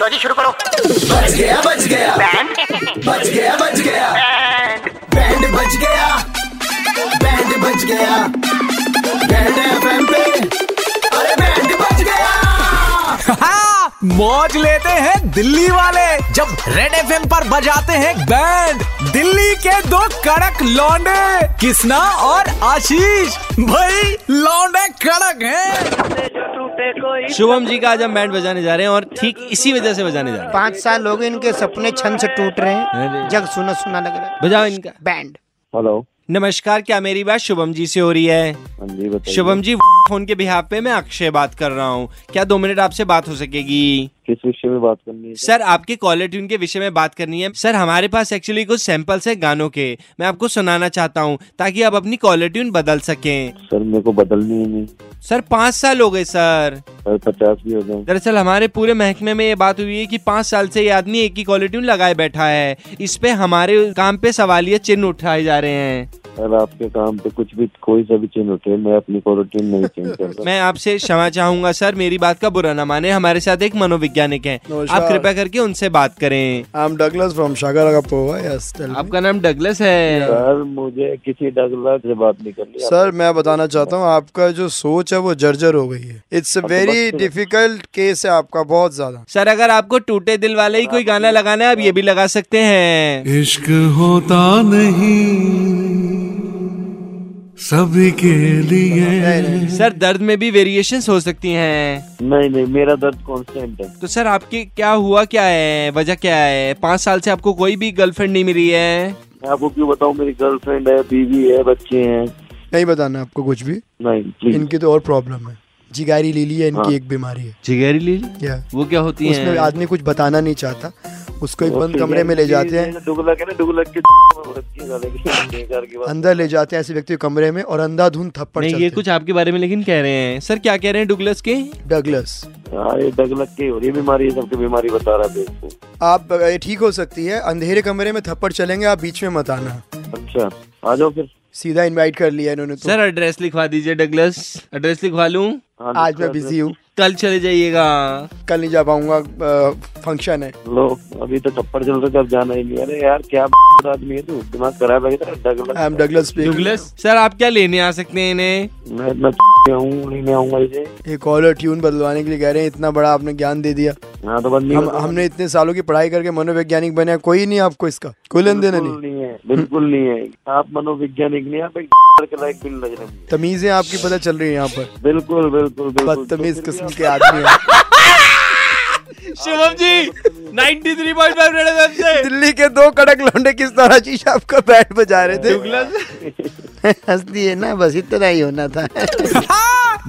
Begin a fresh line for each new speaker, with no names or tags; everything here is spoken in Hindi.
लो जी शुरू करो
बच गया बच गया
बैंड
बच गया बच गया
बैंड
बैंड बच गया बैंड बच गया बैंड एफएम पे अरे बैंड बच गया
हाँ, मौज लेते हैं दिल्ली वाले जब रेड एफ पर बजाते हैं बैंड दिल्ली के दो कड़क लौंडे किसना और आशीष भाई लौंडे कड़क हैं
शुभम जी का आज हम बैंड बजाने जा रहे हैं और ठीक इसी वजह से बजाने जा रहे
पाँच साल हो गए इनके सपने छन से टूट रहे
अरे।
हैं जग सुना सुना लग रहा है
हैं बजाओ इनका
बैंड
हेलो
नमस्कार क्या मेरी बात शुभम जी से हो रही है
हाँ जी बताइए
शुभम जी फोन के बिहाफ पे मैं अक्षय बात कर रहा हूँ क्या दो मिनट आपसे बात हो सकेगी
किस विषय में बात करनी है
सर आपके कॉलर ट्यून के विषय में बात करनी है सर हमारे पास एक्चुअली कुछ सैंपल्स हैं गानों के मैं आपको सुनाना चाहता हूँ ताकि आप अपनी कॉलर ट्यून बदल सकें
सर मेरे को बदलनी ही नहीं
सर पाँच साल हो गए सर
सर पचास भी हो जाऊँ
दरअसल हमारे पूरे महकमे में ये बात हुई है कि पाँच साल से ये आदमी एक ही कॉलर ट्यून लगाए बैठा है इस पे हमारे काम पे सवालिया चिन्ह उठाए जा रहे हैं
सर आपके काम पे कुछ भी कोई सा भी चेंज होते मैं अपनी क्वालिटी नहीं चेंज कर रहा
मैं आपसे क्षमा चाहूंगा सर मेरी बात का बुरा ना माने हमारे साथ एक मनोवैज्ञानिक हैं
नमस्कार।
आप कृपया करके उनसे बात करें
I'm Douglas from Shagaragapova. Yes, tell me.
आपका नाम डगलस है
सर मुझे किसी डगला से बात नहीं करनी
सर मैं बताना चाहता हूँ आपका जो सोच है वो जर्जर हो गई है इट्स
तो
वेरी डिफिकल्ट केस है आपका बहुत ज्यादा
सर अगर आपको टूटे दिल वाले ही कोई गाना लगाना है आप ये भी लगा सकते हैं
इश्क होता नहीं सभी के लिए
सर दर्द में भी वेरिएशंस हो सकती हैं
नहीं नहीं मेरा दर्द कॉन्स्टेंट है
तो सर आपके क्या हुआ क्या है वजह क्या है पाँच साल से आपको कोई भी गर्लफ्रेंड नहीं मिली है
मैं आपको क्यों बताऊँ मेरी गर्लफ्रेंड है बीवी है बच्चे हैं
नहीं बताना आपको कुछ भी
नहीं प्लीज
इनकी तो और प्रॉब्लम है जिगारी लीली है
हाँ।
इनकी एक बीमारी है
जिगरी ली
क्या
वो क्या होती
उसमें
है
आदमी कुछ बताना नहीं चाहता उसको एक
तो
बंद कमरे में ले जाते हैं
डुगलक है ना डुगलक के में रखी है, बेकार की बात
अंदर ले जाते हैं ऐसे व्यक्ति को कमरे में और अंधाधुंध थप्पड़
नहीं ये कुछ आपके बारे में लेकिन कह रहे हैं सर क्या कह रहे हैं डुगलस के
तो- डगलस
हाँ ये डगलक की हो रही है बीमारी ये सबकी बीमारी बता रहा है बेवकूफ।
आप ये ठीक हो सकती है अंधेरे कमरे में थप्पड़ चलेंगे आप बीच में मत आना
अच्छा आ जाओ फिर
सीधा इनवाइट कर लिया इन्होंने तो
सर एड्रेस लिखवा दीजिए डगलस एड्रेस लिखवा लूं
हाँ,
आज मैं
डगलस-
बिजी हूँ
कल चले जाइएगा
कल नहीं जा पाऊंगा अ, फंक्शन है
लो अभी तो थप्पड़ चल रहा था अब जाना ही नहीं अरे यार क्या b- आदमी है तू दिमाग खराब है क्या? Douglas
I am Douglas
Douglas sir आप क्या लेने आ सकते हैं इन्हें
मैं मैं p- आऊं नहीं मैं आऊंगा इसे
ये कॉलर ट्यून बदलवाने के लिए कह रहे हैं इतना बड़ा आपने ज्ञान दे दिया
हाँ तो बस नहीं
हम
बता-
हमने इतने सालों की पढ़ाई करके मनोवैज्ञानिक बने हैं, कोई नहीं आपको इसका कोई लेन देना
बिल्कुल
नहीं
नहीं है बिल्कुल नहीं है आप मनोवैज्ञानिक नहीं आप एक d- के लायक भी नहीं लग रहे मुझे।
तमीजें आपकी पता चल रही है यहाँ पर
बिल्कुल बिल्कुल बिल्कुल
बदतमीज
तो फिर भी
किस्म
आप-
के आदमी हैं
शिवम जी 93.5 रेड एफएम से
दिल्ली के दो कड़क लौंडे किस तरह शीशा आपका बैट बजा रहे थे
हंस दिए ना बस इतना ही होना था
हाँ,